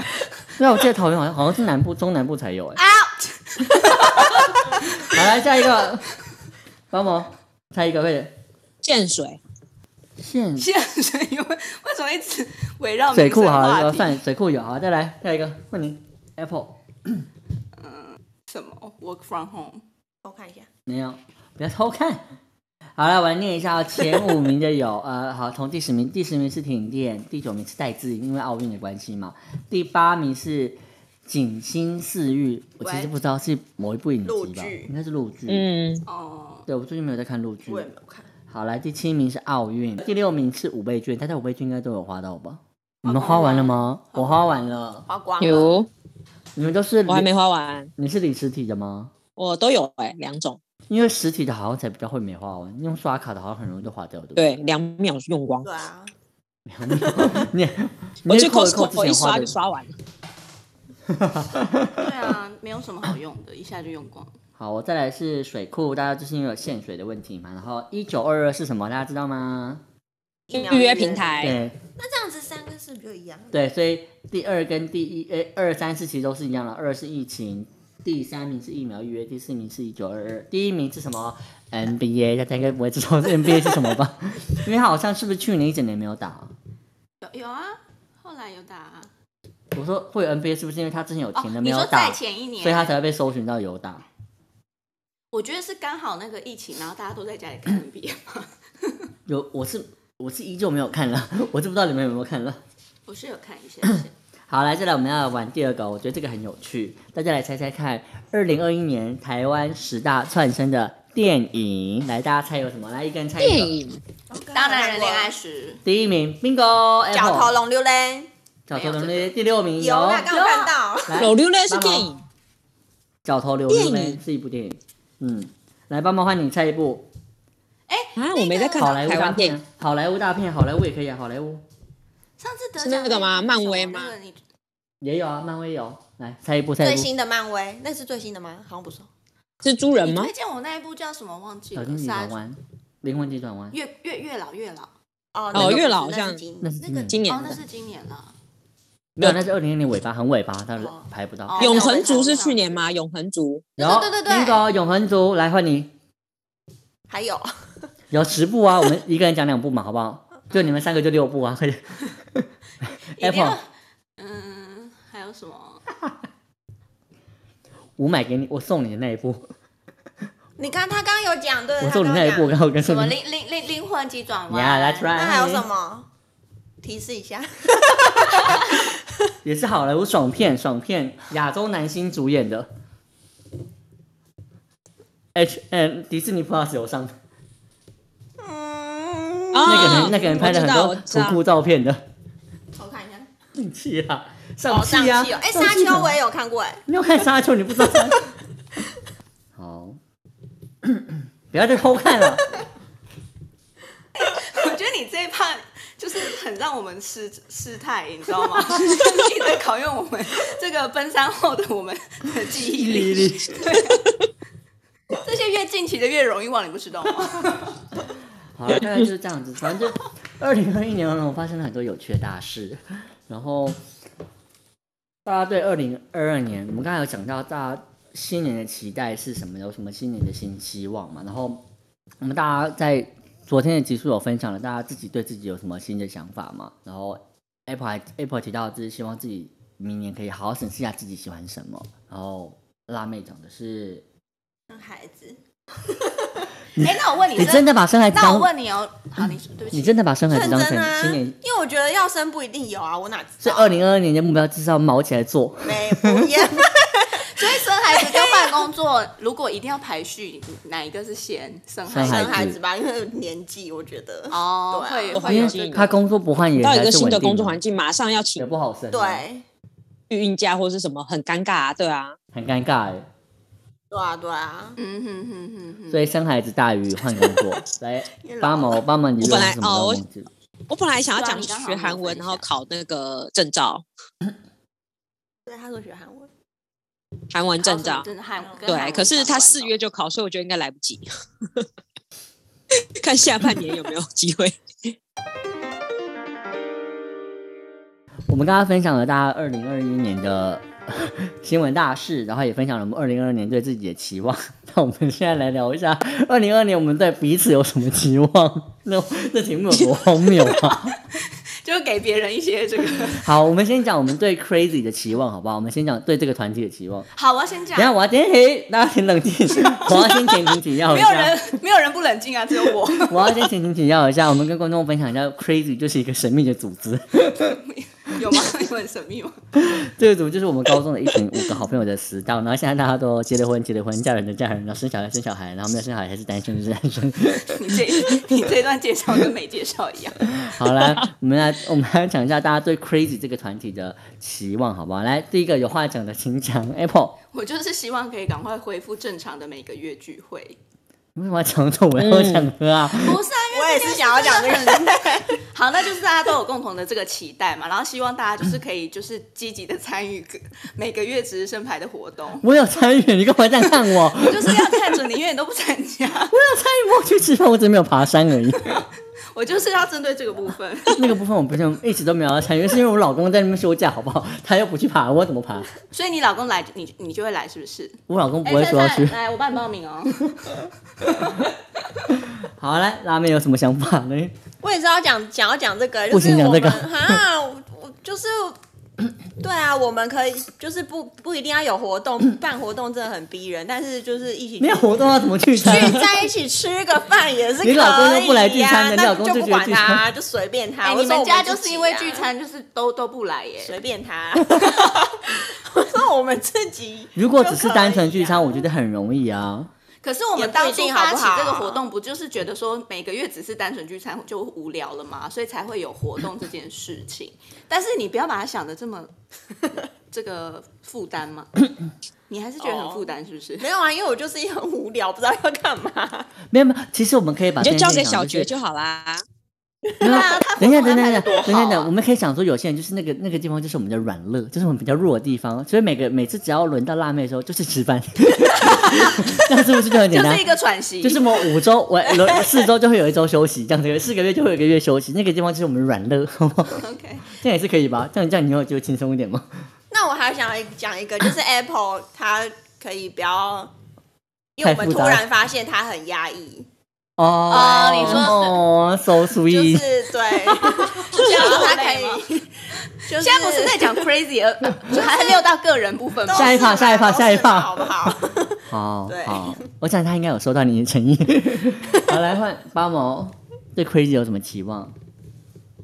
S1: 对啊，我记得桃园好像好像是南部中南部才有哎、好，来下一个，帮忙猜一个，快点。
S3: 见水，
S1: 现
S4: 现在水因为为什么一直围绕
S1: 水库好
S4: 民生
S1: 了，
S4: 话题
S1: 算水库有好，再来下一个，换你 Apple
S2: 什么？Oh, work from home，
S4: 我看一下，
S1: 没有，不要偷看。好了，我来念一下、哦、前五名的有， *laughs* 呃，好，从第十名，第十名是停电，第九名是戴志颖，因为奥运的关系嘛，第八名是景星四玉，我其实
S4: 喂
S1: 不知道是某一部影
S4: 陆
S1: 集吧
S4: 剧，
S1: 应该是陆剧。
S3: 嗯，
S2: 哦，
S1: 对，我最近没有在看陆剧。
S4: 我也没有看。
S1: 好，来第七名是奥运，第六名是五倍券，大家五倍券应该都有花到吧？你们花完了吗？我花完了。
S4: 花光了，
S3: 有，
S1: 你们都是
S3: 我还
S1: 领
S3: 没花完，
S1: 你是领实体的吗？
S3: 我都有哎、两种，
S1: 因为实体的好像才比较会没花完，用刷卡的好像很容易就花掉，对不对？
S3: 对，两秒用光。
S4: *laughs* 对啊，
S1: *laughs* 你
S3: *laughs* 我
S1: 你
S3: 去
S1: 扣一扣
S3: Costco
S1: 之
S3: 我一
S1: 前
S3: 刷
S1: 花
S3: 就
S1: 的。
S3: 刷完了，
S2: 对啊，没有什么好用的，一下就用光。
S1: 好，我再来是水库，大家就是因为有限水的问题嘛。然后一九二二是什么？大家知道吗？
S4: 疫苗
S3: 预约平，台，
S1: 对
S4: 那这样子三跟四不就一样？
S1: 对，所以第二跟第一，诶，二三四其实都是一样的。二是疫情，第三名是疫苗预约，第四名是一九二二，第一名是什么？NBA，大家应该不会知道 *laughs* NBA 是什么吧？因为它好像是不是去年一整年没有打啊、
S2: 有有啊，后来有打、啊、
S1: 我说会有 NBA 是不是因为他之前有
S2: 哦
S1: 停了，没
S2: 你
S1: 有
S2: 说
S1: 打，
S2: 在前一年，
S1: 所以他才会被搜寻到有打？
S2: 我觉得是刚好那个疫情，然后大家都在家里看 NBA
S4: 嗯
S2: 嘛。
S1: 有，我是我是依旧没有看了，我是不知道你们有没有看了。
S2: 我是有看一下下，
S1: 好，来，再来我们要玩第二个，我觉得这个很有趣，大家来猜猜看，二零二一年台湾十大窜升的电影，来大家猜有什么？来一个人猜一个
S3: 电影
S4: 当男人恋爱时，
S1: 第一名 Bingo，
S4: 角头
S1: Apple
S4: 龙溜嘞，
S1: 角头
S4: 没有
S1: 龙
S4: 这个
S1: 的第六名
S4: 有啦，刚
S1: 来
S4: 刚看
S1: 啊
S4: 到。
S3: 有溜嘞是电影，
S1: 角头流
S3: 电
S1: 流泪
S3: 影
S1: 是一部电影，嗯，来帮忙换你猜一部
S3: 啊，我没在看
S1: 好莱坞
S3: 台
S1: 大
S3: 湾电影
S1: 片，，好莱坞大片，好莱坞也可以啊，好莱坞
S2: 上次得
S3: 是
S2: 奖
S3: 那个吗
S2: 是
S3: 漫
S2: 什么
S3: 威吗
S2: 哦那个你
S1: 也有啊，漫威有，来猜一部，猜
S4: 最
S1: 一部，
S4: 新的漫威，那是最新的吗？好像不是。
S3: 蜘蛛人
S2: 你
S3: 吗
S2: 推？荐我那一部叫什么忘记
S1: 小
S2: 了？
S1: 精灵
S2: 啥
S1: 转弯，灵魂急转弯，
S2: 越越越老越老，
S4: 哦
S3: 哦月老
S4: 老
S3: 好像
S1: 那是
S4: 那个
S3: 今年
S2: 哦，那
S3: 的
S2: 是今年了。
S1: 没有，那是二零零零尾巴，很尾巴，它排不到
S4: 哦。
S3: 永恒族是去年吗？永恒族
S1: 有
S4: 对对对对
S1: Bingo 永恒族来换你，
S4: 还有
S1: 有十部啊，我 *laughs* 们一个人讲两部嘛，好不好？就你们三个就六部啊， *laughs* 快点。
S4: 要
S1: Apple，
S2: 嗯，还有什么？
S1: 我买给你，我送你的那一部，
S4: 你看他刚刚有讲，对，
S1: 我说你
S4: 那
S1: 那一步，刚好跟
S2: 什
S1: 什
S2: 么
S1: 么？
S2: 灵灵灵灵魂急转弯
S1: Yeah, that's right.
S4: 那还有什么？提示一下，
S1: 也是好莱坞爽片，爽片亚洲男星主演的。H M 迪士尼 Plus 有
S4: 哦
S1: 上，
S4: 嗯，
S3: 啊
S1: 那个人那个人拍了很多
S3: 我知道
S1: 图库照片的， *laughs*
S4: 我看一下，
S1: 上气啊，
S4: 好
S1: 上
S4: 上
S1: 气啊！
S4: 气哦！哎，
S1: 上
S4: 沙
S1: 气
S4: 丘
S1: 很
S4: 我也有看过，哎，
S1: 你要看沙丘，你不知道沙丘？好， *coughs* 不要再偷看了。
S2: 我觉得你这一趴就是很让我们失失态，你知道吗？就是一直在考验我们这个奔三后的我们的记忆力。
S4: 这些越近期的越容易忘，你不知道吗？
S1: 好，大概就是这样子。反正就二零二一年呢，我发生了很多有趣的大事。然后大家对二零二二年，我们刚才有讲到大家新年的期待是什么？有什么新年的新希望嘛？然后我们大家在昨天的集数有分享了，大家自己对自己有什么新的想法嘛？然后 Apple 还 Apple 提到就是希望自己明年可以好好审视一下自己喜欢什么。然后辣妹讲的是，
S4: 生孩子。哎，那我问你，
S1: 你真的把生孩子
S4: 那我
S1: 当
S4: 问你哦，好，你说对不
S1: 你
S4: 起，
S1: 真的把生孩子
S4: 认
S1: 当
S4: 真
S1: 成
S4: 啊，
S1: 新年
S4: 因为我觉得要生不一定有啊，我哪知
S1: 所以
S4: 道？
S1: 二零二二年的目标就是要毛起来做。
S4: 没不也
S2: 所以生孩子跟换工作，如果一定要排序，哪一个是先生孩
S1: 生孩
S2: 子？
S1: 子
S4: 生孩子吧，因为年纪，我觉得
S2: 哦，会
S4: 对啊
S2: 会有
S3: 因
S2: 这
S3: 为
S2: 个
S1: 他工作不换也
S3: 到
S1: 还
S3: 一个
S1: 是
S3: 新
S1: 稳
S3: 的
S1: 定
S3: 工作
S1: 嘛
S3: 环境，马上要
S1: 也
S3: 请
S1: 不好啊升，，
S4: 对
S3: 育婴假或是什么，很尴尬啊，对啊。
S1: 很尴尬哎。
S4: 对啊对啊，
S2: 嗯哼哼哼哼，
S1: 所以生孩子大于换工作，来帮忙帮忙你用
S3: 我本来
S1: 什么
S3: 哦我
S1: 东西？
S3: 我本来想要
S2: 对啊
S3: 讲
S2: 你刚好
S3: 学
S2: 没有
S3: 韩文，
S2: 分
S3: 然后
S2: 享
S3: 考那个证照，
S4: 对他说学韩文，
S3: 韩文证照。
S2: 哦真的汉跟汉
S3: 对，
S2: 文
S3: 可是
S2: 相
S3: 他
S2: 关
S3: 四
S2: 的
S3: 月就考，所以我觉得应该来不及。 *laughs* 看下半年有没有机会。
S1: 我们刚刚分享了大家二零二一年的 *laughs* 新闻大事，然后也分享了我们二零二二年对自己的期望。 *laughs* 那我们现在来聊一下二零二年我们对彼此有什么期望？ *laughs* 那这题目有多荒谬啊！
S3: *laughs*
S2: 就是给别人一些这个。
S1: 好，我们先讲我们对 Crazy 的期望，好不好？我们先讲对这个团体的期望。
S2: 好，我要先
S1: 等一
S2: 讲，
S1: 下我要先停，大家先冷静，
S2: *laughs*
S1: 我要先前情提要一
S2: 没有
S1: 下，
S2: 人没有人不冷静啊，只有我。 *laughs*
S1: 我要先前情提要一下，我们跟观众分享一下，Crazy 就是一个神秘的组织， *laughs*
S2: 有吗？你们很神秘吗？ *laughs*
S1: 这个组就是我们高中的一群五个好朋友的死党，然后现在大家都结了婚，结了婚，嫁人的嫁人，然后生小孩生小孩，然后没有生小孩还是单身就是单身。
S2: 你这你这段介绍跟没介绍一样。
S1: 好来，
S2: *laughs*
S1: 我们来我们来讲一下大家对 Crazy 这个团体的期望，好不好？来，第一个有话讲的请讲，Apple，
S2: 我就是希望可以赶快恢复正常的每个月聚会。
S1: 你为什么要讲这种我要讲歌啊？
S2: 不是啊，因
S4: 我
S2: 为
S4: 也
S2: 这
S4: 是
S2: 件事
S4: 想要讲这
S2: 真的很。 *laughs*
S4: 个，
S2: 好，那就是大家都有共同的这个期待嘛，然后希望大家就是可以就是积极的参与各每个月值日生牌的活 *laughs* 动。
S1: 我有参与，你干嘛这样看我？ *laughs* 我
S2: 我就是要看准你，因为你都不参加，
S1: 有参与，我有去吃饭，我只是没有爬山而已。
S2: 我就是要针对这个部分。
S1: 那个部分我不是一直都没有要参与，是因为我老公在那边休假，好不好？他又不去爬，我怎么爬？
S2: 所以你老公来，你你就会来，是不是？
S1: 我老公不
S2: 哎，
S1: 会说要去
S2: 珊。珊来，我帮你报名哦。
S1: 好，来，拉面有什么想法呢？
S4: 我也是要讲想要讲这个，
S1: 不
S4: 就是
S1: 行讲这
S4: 我们
S1: 个
S4: 哈，我我就是。对啊，我们可以就是不不一定要有活动，办活动真的很逼人，但是就是一起
S1: 没有活动要怎么聚餐啊？
S4: 聚在一起吃个饭也是可以、呀
S1: 你老公又不来聚餐的你
S4: 那
S1: 老公
S4: 就
S1: 就觉
S4: 不
S1: 得
S4: 管
S1: 聚餐
S4: 他，就随便他。
S2: *laughs* 哎，
S4: 我
S2: 你
S4: 说
S2: 们
S4: 我
S2: 家
S4: 自
S2: 就是
S4: 己
S2: 因为
S4: 啊
S2: 聚，餐，就是都都不来耶。
S4: 随便他。我说我们自己，
S1: 如果只是单纯聚餐，我觉得很容易啊。
S2: 可是我
S4: 也
S2: 们
S4: 不
S2: 当
S4: 一
S2: 初
S4: 定
S2: 发
S4: 好不
S2: 起
S4: 好
S2: 这个活动，不就是觉得说每个月只是单纯聚餐就无聊了吗？所以才会有活动这件事情。但是你不要把它想的这么 *laughs* 这个负担
S4: *coughs*
S2: 嘛，你还是觉得很负担是不啊是？
S4: 没有啊，因为我就是很无聊，不知道要干嘛。
S1: 没有没有，其实我们可以把
S3: 你就
S1: 这件
S3: 交
S1: 事情
S3: 给
S1: 想
S3: 小
S1: 是
S3: 绝就好啦。
S1: 没有
S4: 啊他
S1: 等一下，
S4: 活动
S1: 等一下，等
S4: 安排得
S1: 一下，
S4: 多
S1: 等一下，
S4: 好
S1: 等一下
S4: 啊
S1: 我们可以想说，有些人就是那个那个地方，就是我们的软肋，就是我们比较弱的地方。所以每个每次只要轮到辣妹的时候，就是吃饭， *laughs* 这样是不是就很
S2: 就
S1: 简单
S2: 是一？个喘息，
S1: 就是我们五周，我轮四周就会有一周休息，这样子，四个月就会有一个月休息。那个地方就是我们的软肋，好不好？
S2: OK。
S1: *laughs* 这样也是可以吧？这样这样你以后就轻松一点嘛。
S4: 那我还想要讲一个，就是 Apple 它可以不要，因为
S1: 太
S4: 我们
S1: 复杂
S4: 突
S1: 了
S4: 然发现它很压抑，
S1: 哦
S2: *laughs* 哦你说
S1: 哦，so
S4: 就
S1: *laughs* sweet，、
S4: 是
S2: *laughs*
S4: 对，这样子它可
S2: 好累吗
S4: 以。就是、
S2: 现在不 *laughs* 是在讲 crazy，而还还没有到个人部分吗？
S1: 下一趴
S4: 都是
S1: 下一趴
S4: 嘛
S1: 下一趴
S4: 都是嘛好不好？
S1: 好
S4: 对
S2: *laughs*
S1: 好，我想他应该有收到你的诚意。好，来换八毛，对 Crazy 有什么期望？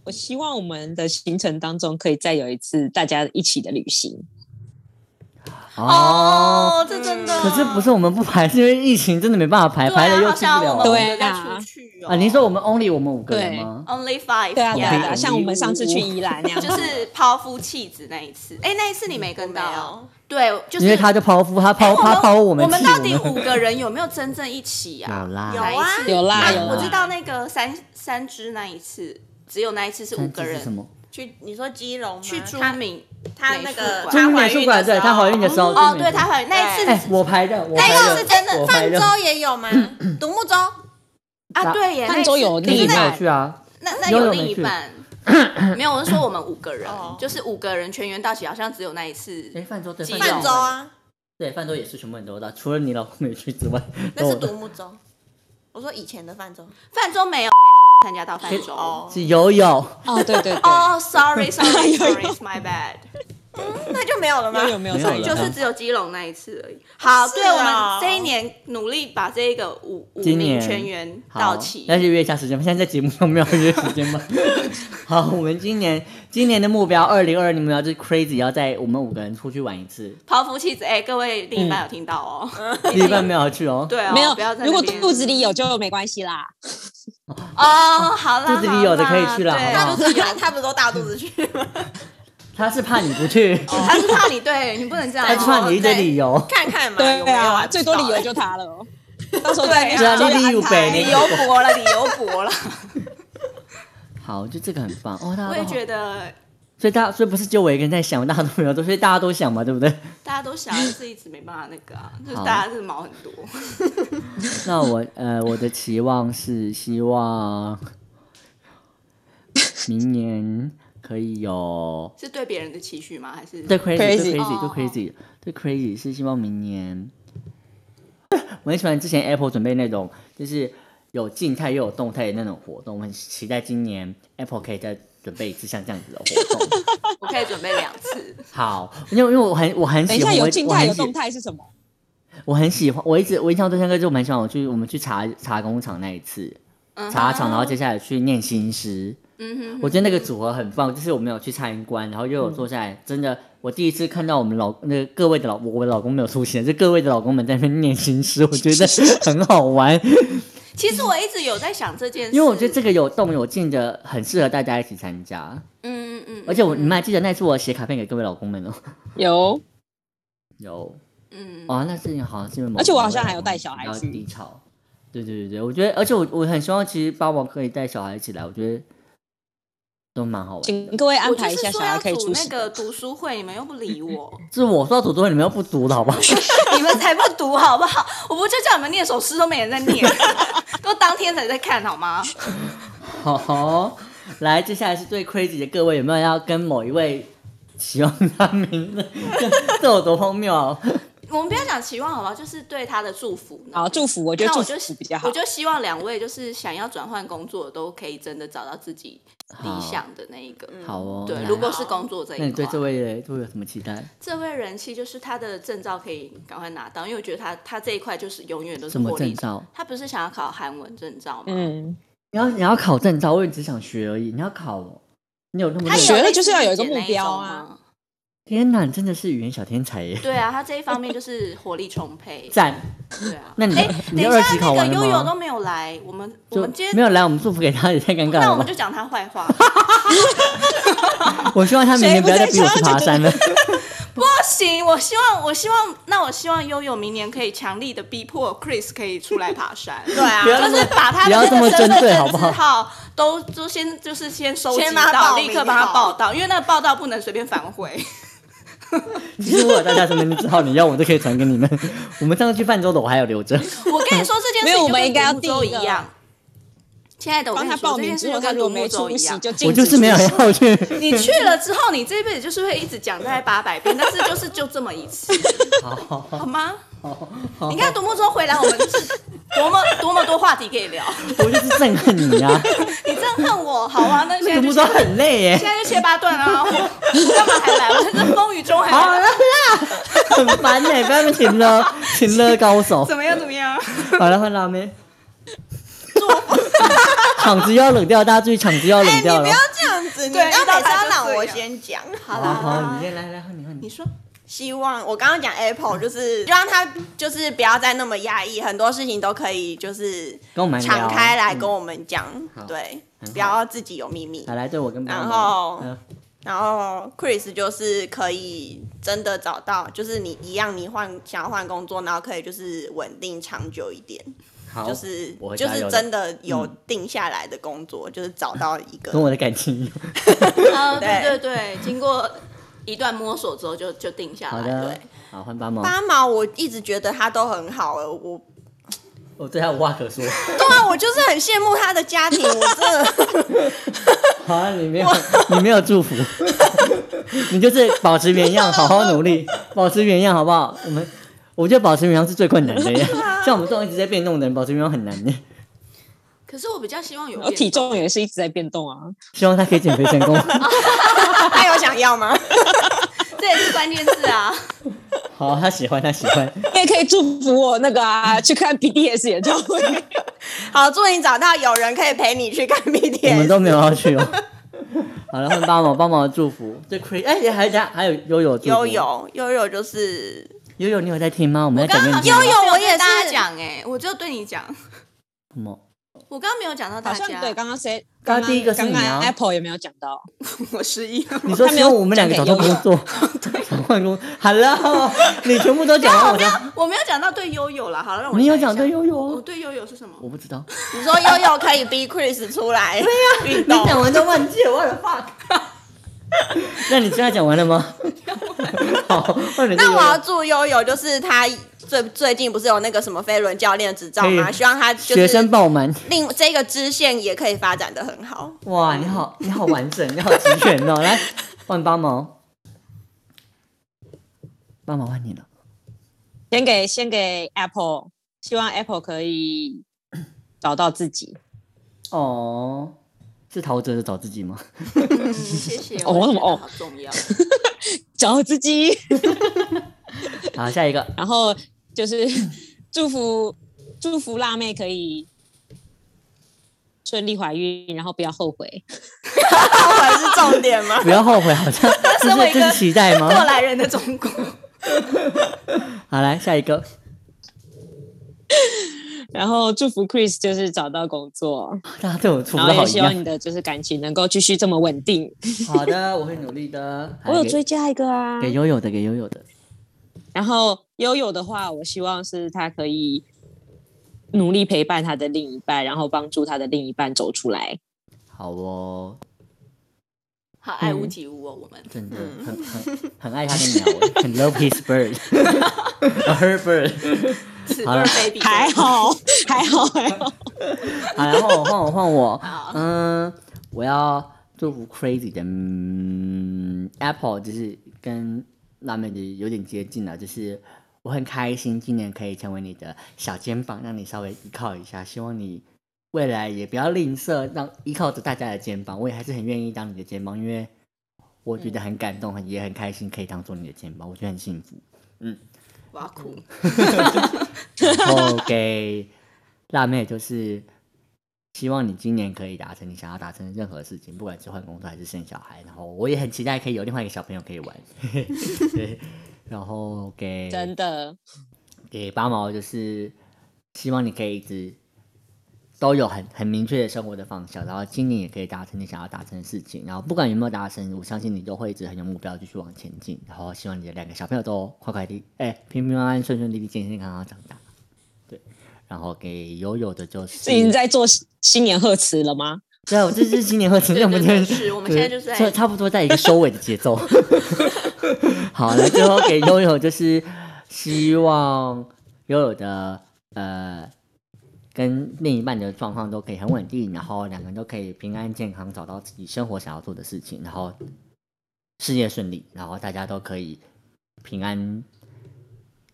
S3: 我希望我们的行程当中可以再有一次大家一起的旅行。
S1: 哦，
S4: 这真
S1: 可是不是我们不排，是因为疫情真的没办法排，
S2: 对
S1: 排了
S2: 啊，
S1: 又
S2: 好
S1: 去不
S2: 想我
S1: 了。
S2: 们
S3: 对
S2: 五个再出
S3: 啊
S2: 去哦。
S1: 啊，您说我们 only 我们五个人吗？
S2: Only Five？
S3: 对啊，对
S1: 我
S3: 啊，
S1: 可以
S3: 对啊像我们上次去宜兰那啊样
S2: 就。是抛夫弃子那一次。哎，那一次你 *laughs* 没跟到
S4: 嗯有？
S2: 对，就是哎
S1: 因为他就抛夫，他抛他抛我
S2: 我
S1: 们弃
S2: 们
S1: 我
S2: 到底
S1: 们。
S2: 五个人有没有真正一
S1: *laughs*
S2: 起啊？
S1: 有啦
S4: 有啊
S2: 哪一次
S3: *laughs* 有啦
S2: 啊
S3: 有啦
S2: 我知道那个三三只那一次，只有那一次是五
S1: 这
S2: 个
S1: 是什
S2: 人
S1: 么？
S4: 去你说基隆吗
S2: 去朱
S4: 啊他
S2: 敏，
S4: 他那个
S2: 美术
S1: 就
S2: 馆
S1: 是
S4: 她怀
S1: 美
S4: 孕的
S1: 术馆，对她怀孕的
S4: 时候
S1: 时候。
S2: 哦，
S1: 就是美
S2: 对，
S1: 术
S2: 他
S1: 馆。
S2: 怀那一
S4: 对
S1: 哎
S2: 次，
S1: 我排的，我
S4: 那
S1: 排
S4: 个是真
S1: 我
S4: 的，
S1: 排
S4: 泛
S1: 的。
S4: 舟也
S1: *coughs*
S4: 有吗？独木舟
S2: 啊，对耶，
S3: 泛舟有
S2: 那
S1: 那个你没
S2: 一次可是
S1: 有
S2: 那
S1: 去啊？
S2: 那那
S1: 哎游泳
S2: 有
S1: 没
S2: 另一
S1: 去 *laughs*
S2: 半。没有，我是说我们五个人
S4: 哦，
S2: 就是五个人全员到齐，好像只有那一次
S1: 哎，泛舟对，
S2: 基隆
S4: 泛舟啊，
S1: 对，泛舟也是全部人都到，除了你老公没去之外，
S4: 那是
S1: 都有
S4: 独木舟。我说以前的泛舟
S2: 泛舟没有参加到泛舟哦。
S4: 哦，
S1: 是游泳。
S3: 哦，对对对，
S2: 哦
S1: *laughs*
S2: ，sorry，sorry，sorry，it's
S3: 有有
S2: my bad，
S4: 那就没有了吗？
S3: 又有没有
S1: 没有
S3: 上
S1: 了
S2: 就是只有基隆那一次而已。好，
S4: 是
S2: 对我
S4: 哦
S2: 们这一年努力把这个五五
S1: 啊今
S2: 名
S1: 年
S2: 全员
S1: 好
S2: 到齐。
S1: 那就约一下时间吧。现在在节目上没有约时间
S4: *laughs*
S1: 吗？好，我们今年今年的目标，二零二二年目标就是 crazy，要在我们五个人出去玩一次。
S2: 抛夫弃子，哎、各位另一半有听到哦？
S1: 另一半没有去哦，
S2: 对哦，
S3: 没有
S2: 不要在。
S3: 如
S2: 那
S3: 果
S2: 边
S3: 肚子里有就没关系啦。
S2: 哦，好啦，
S1: 肚子里有的可以去啦
S2: 了，
S1: 好不好
S2: 对
S4: 他就是他，他不是都大肚子 *laughs* 去吗？
S1: 他是怕你不去，
S2: 他是怕你，对你不能这样，哦
S1: 他是怕你一堆理由。
S4: 哦看看嘛，
S3: 对
S4: 有没有
S3: 啊，
S4: 啊？
S3: 最多理由就他了哦。到时候再
S1: 对啊
S3: 再
S1: 利利
S3: 安
S1: 有
S3: 排
S1: 北
S4: 理由博了，理由博了。
S1: 好，就这个很棒哦，大家
S2: 我
S1: 都
S2: 也
S1: 好
S2: 觉得
S1: 所以大家所以不是只有我一个人在想，大家都没有，所以大家都想嘛，对不 *laughs* 对？
S2: 大家都想，但是一直没办法那个啊，就是
S1: 好
S2: 大家是毛很多。
S1: 那我呃，我的期望是希望明年可以有
S2: 是对别人的期许吗？还是
S1: 对 crazy 对
S3: Crazy 哦
S1: crazy 对 crazy 对 crazy 是希望明年。我很喜欢之前 Apple 准备那种，就是有静态又有动态的那种活动。我很期待今年 Apple 可以再准备一次像这样子的活
S3: *laughs*
S1: 动。
S2: 我可以准备两次？
S1: 好，因为因为我很我很
S3: 等一
S1: 喜
S3: 下
S1: 欢，
S3: 有
S1: 我
S3: 静
S1: 我
S3: 态
S1: 很
S3: 有
S1: 喜
S3: 动态是什么？
S1: 我很喜欢，我一直我印象最深刻就是我蛮喜欢我去我们去茶茶工厂那一次，茶厂，然后接下来去念新诗。
S2: 嗯哼，
S1: 我觉得那个组合很棒，就是我们有去参观，然后又有坐下来，真的，我第一次看到我们老那个各位的老我老公没有出现，就各位的老公们在那边念新诗，我觉得很好玩，
S2: 其实我一直有在想这件事，
S1: 因为我觉得这个有动有静的，很适合大家一起参加。
S2: 嗯，嗯嗯嗯，
S1: 而且我你们还记得那次我写卡片给各位老公们哦，
S3: 有，
S1: 有
S2: 嗯，
S1: 哦，那事情好像是因为某
S3: 而且我好
S1: 某位
S3: 像
S1: 老
S3: 还有
S1: 公
S3: 带小孩
S1: 比较
S3: 去
S1: 低潮。对对对对，我觉得，而且我我很希望，其实帮忙可以带小孩一起来，我觉得都蛮好玩的。
S3: 请各位
S2: 嗯
S3: 安
S2: 我就
S3: 排一
S2: 是
S3: 下，小
S2: 说
S3: 孩
S2: 要
S3: 可以
S2: 组
S3: 出
S2: 那
S3: 席。
S2: 个读书会，你们又不理
S1: *laughs*
S2: 我。
S1: 是我说诅咒你们又不读的好不好？ *laughs*
S2: 你们才不读好不好？我不就叫你们念首诗，都没人在
S1: *laughs*
S2: 念，都当天才在看好吗？
S1: 好、来，接下来是最 crazy 的各位，有没有要跟某一位希望他名字？ *laughs* 这有多荒谬啊！
S2: 我们不要讲期望好不好？就是对他的祝福。
S3: 好，祝福，我觉得
S2: 那
S3: 祝
S2: 我就
S3: 福比较好
S2: 我。就希望两位就是想要转换工作，都可以真的找到自己理想的那一个。
S3: 嗯
S1: 好哦，
S2: 对，
S1: 来
S2: 如果是工作这一
S1: 那
S2: 块，
S1: 你对这位会有什么期待？
S2: 这位人气就是他的证照可以赶快拿到，因为我觉得他他这一块就是永远都是
S1: 什么
S2: 获利
S1: 证。照？
S2: 他不是想要考韩文证照吗？
S3: 嗯，
S1: 你要你要考证照，我也只想学而已。你要考哦，你有那么多
S2: 他有
S3: 学了
S2: 类似
S3: 就是要有一个
S2: 理解那
S3: 目标
S2: 种
S3: 啊
S2: 吗。
S1: 天哪，你真的是语言小天才耶！。
S2: 对啊，他这一方面就是活力充沛
S1: 赞！
S2: 对啊，
S1: 那你
S2: 哎，
S1: 你
S2: 等
S1: 二
S2: 一下
S1: 级考
S2: 那
S1: 完
S2: 个
S1: 了
S2: 悠悠都
S1: 吗？
S2: 没有来，我们我
S1: 就
S2: 们今
S1: 没
S2: 天
S1: 有来，我们祝福给他也太尴尬
S2: 那
S1: 了
S2: 我们
S1: 吧
S2: 就！讲他坏话，
S1: 我希望他明年不要再逼我
S2: *laughs*
S1: 去爬山了。
S2: 不行，我希望我希望那我希望悠悠明年可以强力的逼迫 Chris 可以出来爬山。
S4: 对啊
S1: 不，要
S2: 就是把他
S1: 不
S2: 的
S1: 要
S2: 那
S1: 这么
S2: 个身份
S1: 针对
S2: 证
S1: 好不
S2: 字
S1: 好
S2: 号都都先就是先收集
S4: 先把他
S2: 到，
S4: 报
S2: 立刻
S4: 名
S2: 帮他
S4: 好
S2: 报到，因为那个报到不能随便反悔。
S1: *laughs* 其实我有大家身份证字号，你要我都可以传给你们。我们上次去泛舟的我还有留着。
S2: 我跟你说这件事情
S3: 没有
S2: 就
S3: 我们
S2: 跟
S3: 应该要
S2: 独木舟
S3: 定
S2: 一
S3: 一个
S2: 样。亲爱的，我
S3: 帮
S2: 跟
S3: 他
S2: 你说
S3: 报
S2: 这
S3: 名
S2: 件事
S3: 之
S2: 就
S3: 后，他
S2: 跟
S3: 如果
S2: 独木
S3: 没
S2: 舟
S3: 出
S2: 一
S3: 席
S2: 样。
S3: 就禁止
S1: 我就是没有
S3: 出席
S1: 要去。
S2: 你去了之后，你这辈子就是会一直讲大概八百遍，但是就是就这么一次，
S1: *laughs* 好，
S2: 好吗？你看独木舟回来，我们就是多么多么多话题可以聊。
S1: 我就是憎恨你呀、
S2: *laughs*
S1: 啊！
S2: 你憎恨我，好啊，那
S1: *laughs*
S2: 现在
S1: 读
S2: 就
S1: 不都很累耶
S2: *laughs* 现。在就切八段啊！我我干嘛还来？我在这风雨中还
S1: 好了
S2: 来。
S1: 啦，很烦呢、欸，被他们请了请了高手。
S2: 怎么样？怎么样？
S1: 好了，换辣妹。 *laughs* 场子要冷掉，大家注意，场子要冷
S4: 你
S1: 掉
S4: 不
S1: 了。
S2: 哎
S4: 要 *laughs* 这样子，你
S2: 对
S4: 要每
S2: 遇到
S4: 次
S2: 他
S4: 要
S2: 就
S4: 让
S2: 这
S4: 我
S2: 样
S4: 先 *laughs* 讲。
S2: 好
S1: 好
S2: 啦好
S1: 好，
S2: 啦
S1: 你，先来来，换你换你
S2: 你。说
S4: 希望我刚刚讲 Apple 就是 *laughs* 希望他就是不要再那么压抑，很多事情都可以就是
S1: 跟我们聊嗯
S4: 敞开来跟我们讲，
S1: 好
S4: 对
S1: 很好，嗯
S4: 不要自己有秘密
S1: 好。来，对我跟爸爸
S4: 然后
S1: 嗯
S4: 然后 Chris 就是可以真的找到，就是你一样，你换想要换工作，然后可以就是稳定长久一点，
S1: 好，
S4: 就是
S1: 我会
S4: 就
S1: 加油
S4: 是
S1: 的
S4: 真的有定下来的工作，就是找到一个
S1: 跟嗯我的感情一样。
S2: 啊，对对
S4: 对
S2: 对，经过一段摸索之后就就定下
S1: 好
S2: 来了
S4: 哎
S1: 的。，好换八毛，
S4: 八毛，我一直觉得他都很好了，我
S1: 我哦对他无话可
S4: *laughs*
S1: 说。
S4: 对啊，我就是很羡慕他的家庭，我真的
S1: 好啊，你没有，你没有祝福， *laughs* 你就是保持原样，好好努力，保持原样，好不好？我们，我觉得保持原样是最困难的耶，
S4: 啊
S1: 像我们这种一直在变动的人，保持原样很难的。
S2: 可是我比较希望有
S3: 我
S2: 变
S3: 体
S2: 动
S3: 重也是一直在变动啊。
S1: 希望他可以减肥成
S4: *laughs*
S1: 功。
S4: 他有想
S1: *laughs*
S4: 要吗？
S2: 这也是关键字啊。
S1: 好，他喜欢，他喜欢。
S3: 你也可以祝福我那个啊，去看 BTS 演唱
S2: *laughs*
S3: 会。
S4: 好，祝你找到有人可以陪你去看
S1: 我们
S4: BTS。
S1: 都没有要去哦。好了，换八毛，八毛的祝福。对 Chris，哎、还还还有悠悠的祝福
S4: 悠悠，悠悠就是
S1: 悠悠，你有在听吗？我们在讲面
S2: 好
S1: 具
S2: 像
S1: 吗
S4: 悠悠我
S2: 没有
S4: 也
S2: 跟大家
S4: 是
S2: 讲哎，我就对你讲，
S1: 什么？
S2: 我刚刚没有讲到大
S3: 好像
S2: 家，
S3: 对，刚刚谁？
S1: 刚刚第一个是
S3: 刚
S1: 你啊
S3: 刚 Apple 也没有讲到，
S2: 我失忆了。
S1: 你说希望我们两个找到工作， *laughs* 想换工？Hello，你全部都讲完我的，
S2: 我没有讲到对悠悠啦，好了，让我
S1: 你有讲
S2: 想一
S1: 对
S2: 想
S1: 悠悠
S2: 我
S1: 哦，
S2: 对悠悠是什么？
S1: 我不知道。
S4: 你说悠悠可以逼 Chris 出来，对呀、运
S1: 你
S4: 动。
S1: 讲完都忘记了，我的 fuck。那你现在讲完了吗？ *laughs* 好，换你对
S4: 那
S1: 悠悠。
S4: 我要祝悠悠，就是他最最近不是有那个什么飞轮教练执照
S1: 可
S4: 吗？
S1: 以
S4: 希望他就
S1: 学生
S4: 是
S1: 爆满，
S4: 另这个支线也可以发展的很好。
S1: 哇，你好，你好完整，你好齐全哦。来，换八毛，八毛换你了。
S3: 先给先给 Apple，希望 Apple 可以找到自己。
S1: 哦，是陶喆的找自己吗？
S2: 嗯，谢谢。
S3: 哦
S2: 我也
S3: 为什
S2: 觉
S3: 么
S2: 得
S3: 哦
S2: 好重要。
S3: 找到自己，
S1: 好，下一个， *laughs*
S3: 然后就是 *laughs* 祝福祝福辣妹可以顺利怀孕，然后不要后悔。
S4: 后悔是重点吗？
S1: 不要后悔，好像这
S2: 身
S1: 是
S2: 为一
S1: 这
S2: 个
S1: 是期 *laughs* 待吗？
S2: 过来人的中国，
S1: 好，来下一个，
S3: 然后祝福 Chris 就是找到工作，
S1: 大家对我祝福
S3: 然
S1: 都
S3: 后
S1: 好
S3: 也
S1: 一
S3: 希望
S1: 样。
S3: 你的就是感情能够继续这么稳定。
S1: 好的，我会努力的。
S3: *laughs* 我有
S1: 给
S3: 追加一个啊，
S1: 给悠悠的，给悠悠的。
S3: 然后悠悠的话，我希望是他可以努力陪伴他的另一半，然后帮助他的另一半走出来。
S1: 好哦，
S2: 好爱屋及乌哦，我们
S1: 真的
S3: *laughs*
S1: 很很很爱他的鸟欸，很 love his *laughs* bird，a her
S3: *laughs*
S1: bird。
S2: 是
S1: 好了
S2: baby
S3: 还好，还好，还
S1: *laughs*
S3: 好。
S1: 好，然后我换我换我
S2: 好，
S1: 嗯，我要祝福 Crazy 的、嗯、Apple，就是跟辣妹的有点接近了，就是我很开心今年可以成为你的小肩膀，让你稍微依靠一下，希望你未来也不要吝啬，让依靠着大家的肩膀，我也还是很愿意当你的肩膀，因为我觉得很感动，很也很开心可以当做你的肩膀，我觉得很幸福。
S2: 我要哭。
S1: 然后给辣妹就是希望你今年可以达成你想要达成的任何事情，不管是换工作还是生小孩。然后我也很期待可以有另外一个小朋友可以玩。 *laughs* 对，然后给
S3: 真的，
S1: 给八毛就是希望你可以一直都有很很明确的生活的方向，然后今年也可以达成你想要达成的事情，然后不管有没有达成，我相信你都会一直很有目标继续往前进，然后希望你的两个小朋友都快快的，哎、平平安安、顺顺利利、健健康康长大。对，然后给悠悠的就是
S3: 是已经在做新年贺词了吗？
S1: 对啊，我这是今年会成
S2: 对
S1: 我们
S2: 对
S1: 真
S2: 对，
S1: 的
S2: 是我们现在就是
S1: 差
S2: 在
S1: 差不多在一个收尾的节
S2: *laughs*
S1: 奏。好，来最后给悠悠就是希望悠悠的呃跟另一半的状况都可以很稳定，然后两个人都可以平安健康，找到自己生活想要做的事情，然后事业顺利，然后大家都可以平安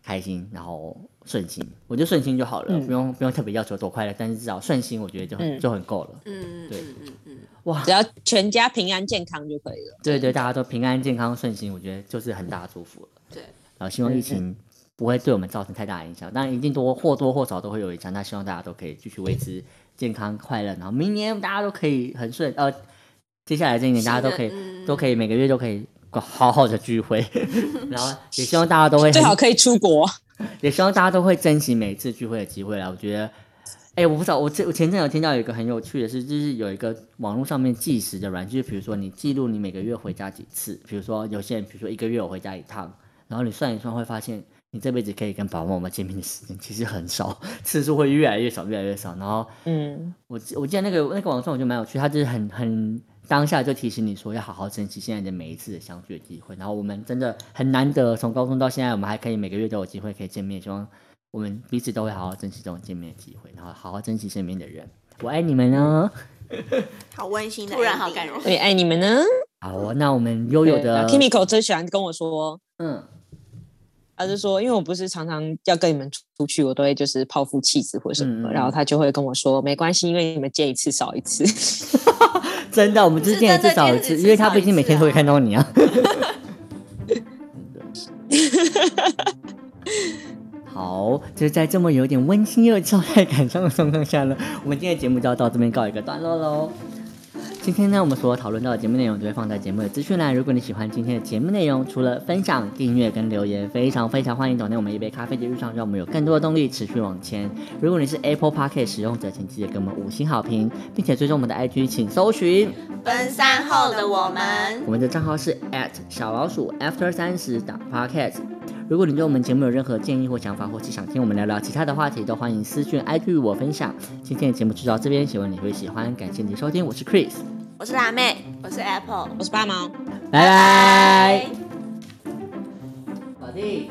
S1: 开心，然后顺心。我觉得顺心就好了，
S3: 嗯
S1: 不用不用特别要求多快乐，但是至少顺心，我觉得就很、
S3: 嗯
S1: 就很够了。
S2: 嗯嗯嗯嗯嗯，
S1: 哇
S3: 只，要全家平安健康就可以了。
S1: 对对，大家都平安健康顺心，我觉得就是很大的祝福了。
S2: 对，
S1: 然后希望疫情不会对我们造成太大的影响，当然一定多或多或少都会有影响。那希望大家都可以继续维持健康快乐，然后明年大家都可以很顺，呃，接下来这一年大家都可以、
S2: 嗯
S1: 都可以每个月都可以好好的聚会， *laughs* 然后也希望大家都会
S3: 最
S1: 很
S3: 好可以出国。
S1: 也希望大家都会珍惜每一次聚会的机会啦。我觉得，哎、我不知道，我这我前阵有听到有一个很有趣的事，就是有一个网络上面计时的软件，就是比如说你记录你每个月回家几次，比如说有些人，比如说一个月我回家一趟，然后你算一算会发现，你这辈子可以跟爸爸妈妈见面的时间其实很少， *laughs* 次数会越来越少，越来越少。然后
S3: 嗯，
S1: 我记我记得那个那个网站我觉得蛮有趣，它就是很很当下就提醒你说要好好珍惜现在的每一次的相聚的机会。然后我们真的很难得，从高中到现在，我们还可以每个月都有机会可以见面，希望我们彼此都会好好珍惜这种见面的机会，然后好好珍惜身边的人。我爱你们哦！
S4: 好温馨的，哦
S2: 突然好感人。
S3: 我也爱你们呢。啊
S1: 好哦，那我们悠悠的
S3: Kimiko 最喜欢跟我说，
S1: 嗯，
S3: 他就说，因为我不是常常要跟你们出去，我都会就是抛夫弃子或什么，
S1: 嗯嗯嗯
S3: 然后他就会跟我说，没关系，因为你们见一次少一次。 *laughs*
S1: *laughs* 真的，我们之
S2: 是
S1: 间
S2: 真的
S1: 至少一
S2: 见
S1: 次，
S2: 至
S1: 因为
S2: 少
S1: 他毕
S2: 一
S1: 竟每
S2: 次
S1: 天都会
S2: 啊
S1: 看到你
S2: *laughs*
S1: 啊。好，就是在这么有点温馨又有交代感上的状况下呢，我们今天的节目就要到这边告一个段落喽。今天呢，我们所讨论到的节目内容都会放在节目的资讯栏。如果你喜欢今天的节目内容，除了分享、订阅跟留言，非常非常欢迎抖内我们一杯咖啡的日常，让我们有更多的动力持续往前。如果你是 Apple Park 使用者，请记得给我们五星好评，并且追踪我们的 IG，请搜寻。
S4: 奔三后的我们，
S1: 我们的账号是 at 小老鼠 after 三十打 podcast。如果你对我们节目有任何建议或想法，或是想听我们聊聊其他的话题，都欢迎私讯 IG 与我分享。今天的节目就到这边，希望你会喜欢，感谢你的收听，我是 Chris，
S4: 我是辣妹，
S2: 我是 Apple。
S3: 我是八毛。
S1: 拜拜。老弟。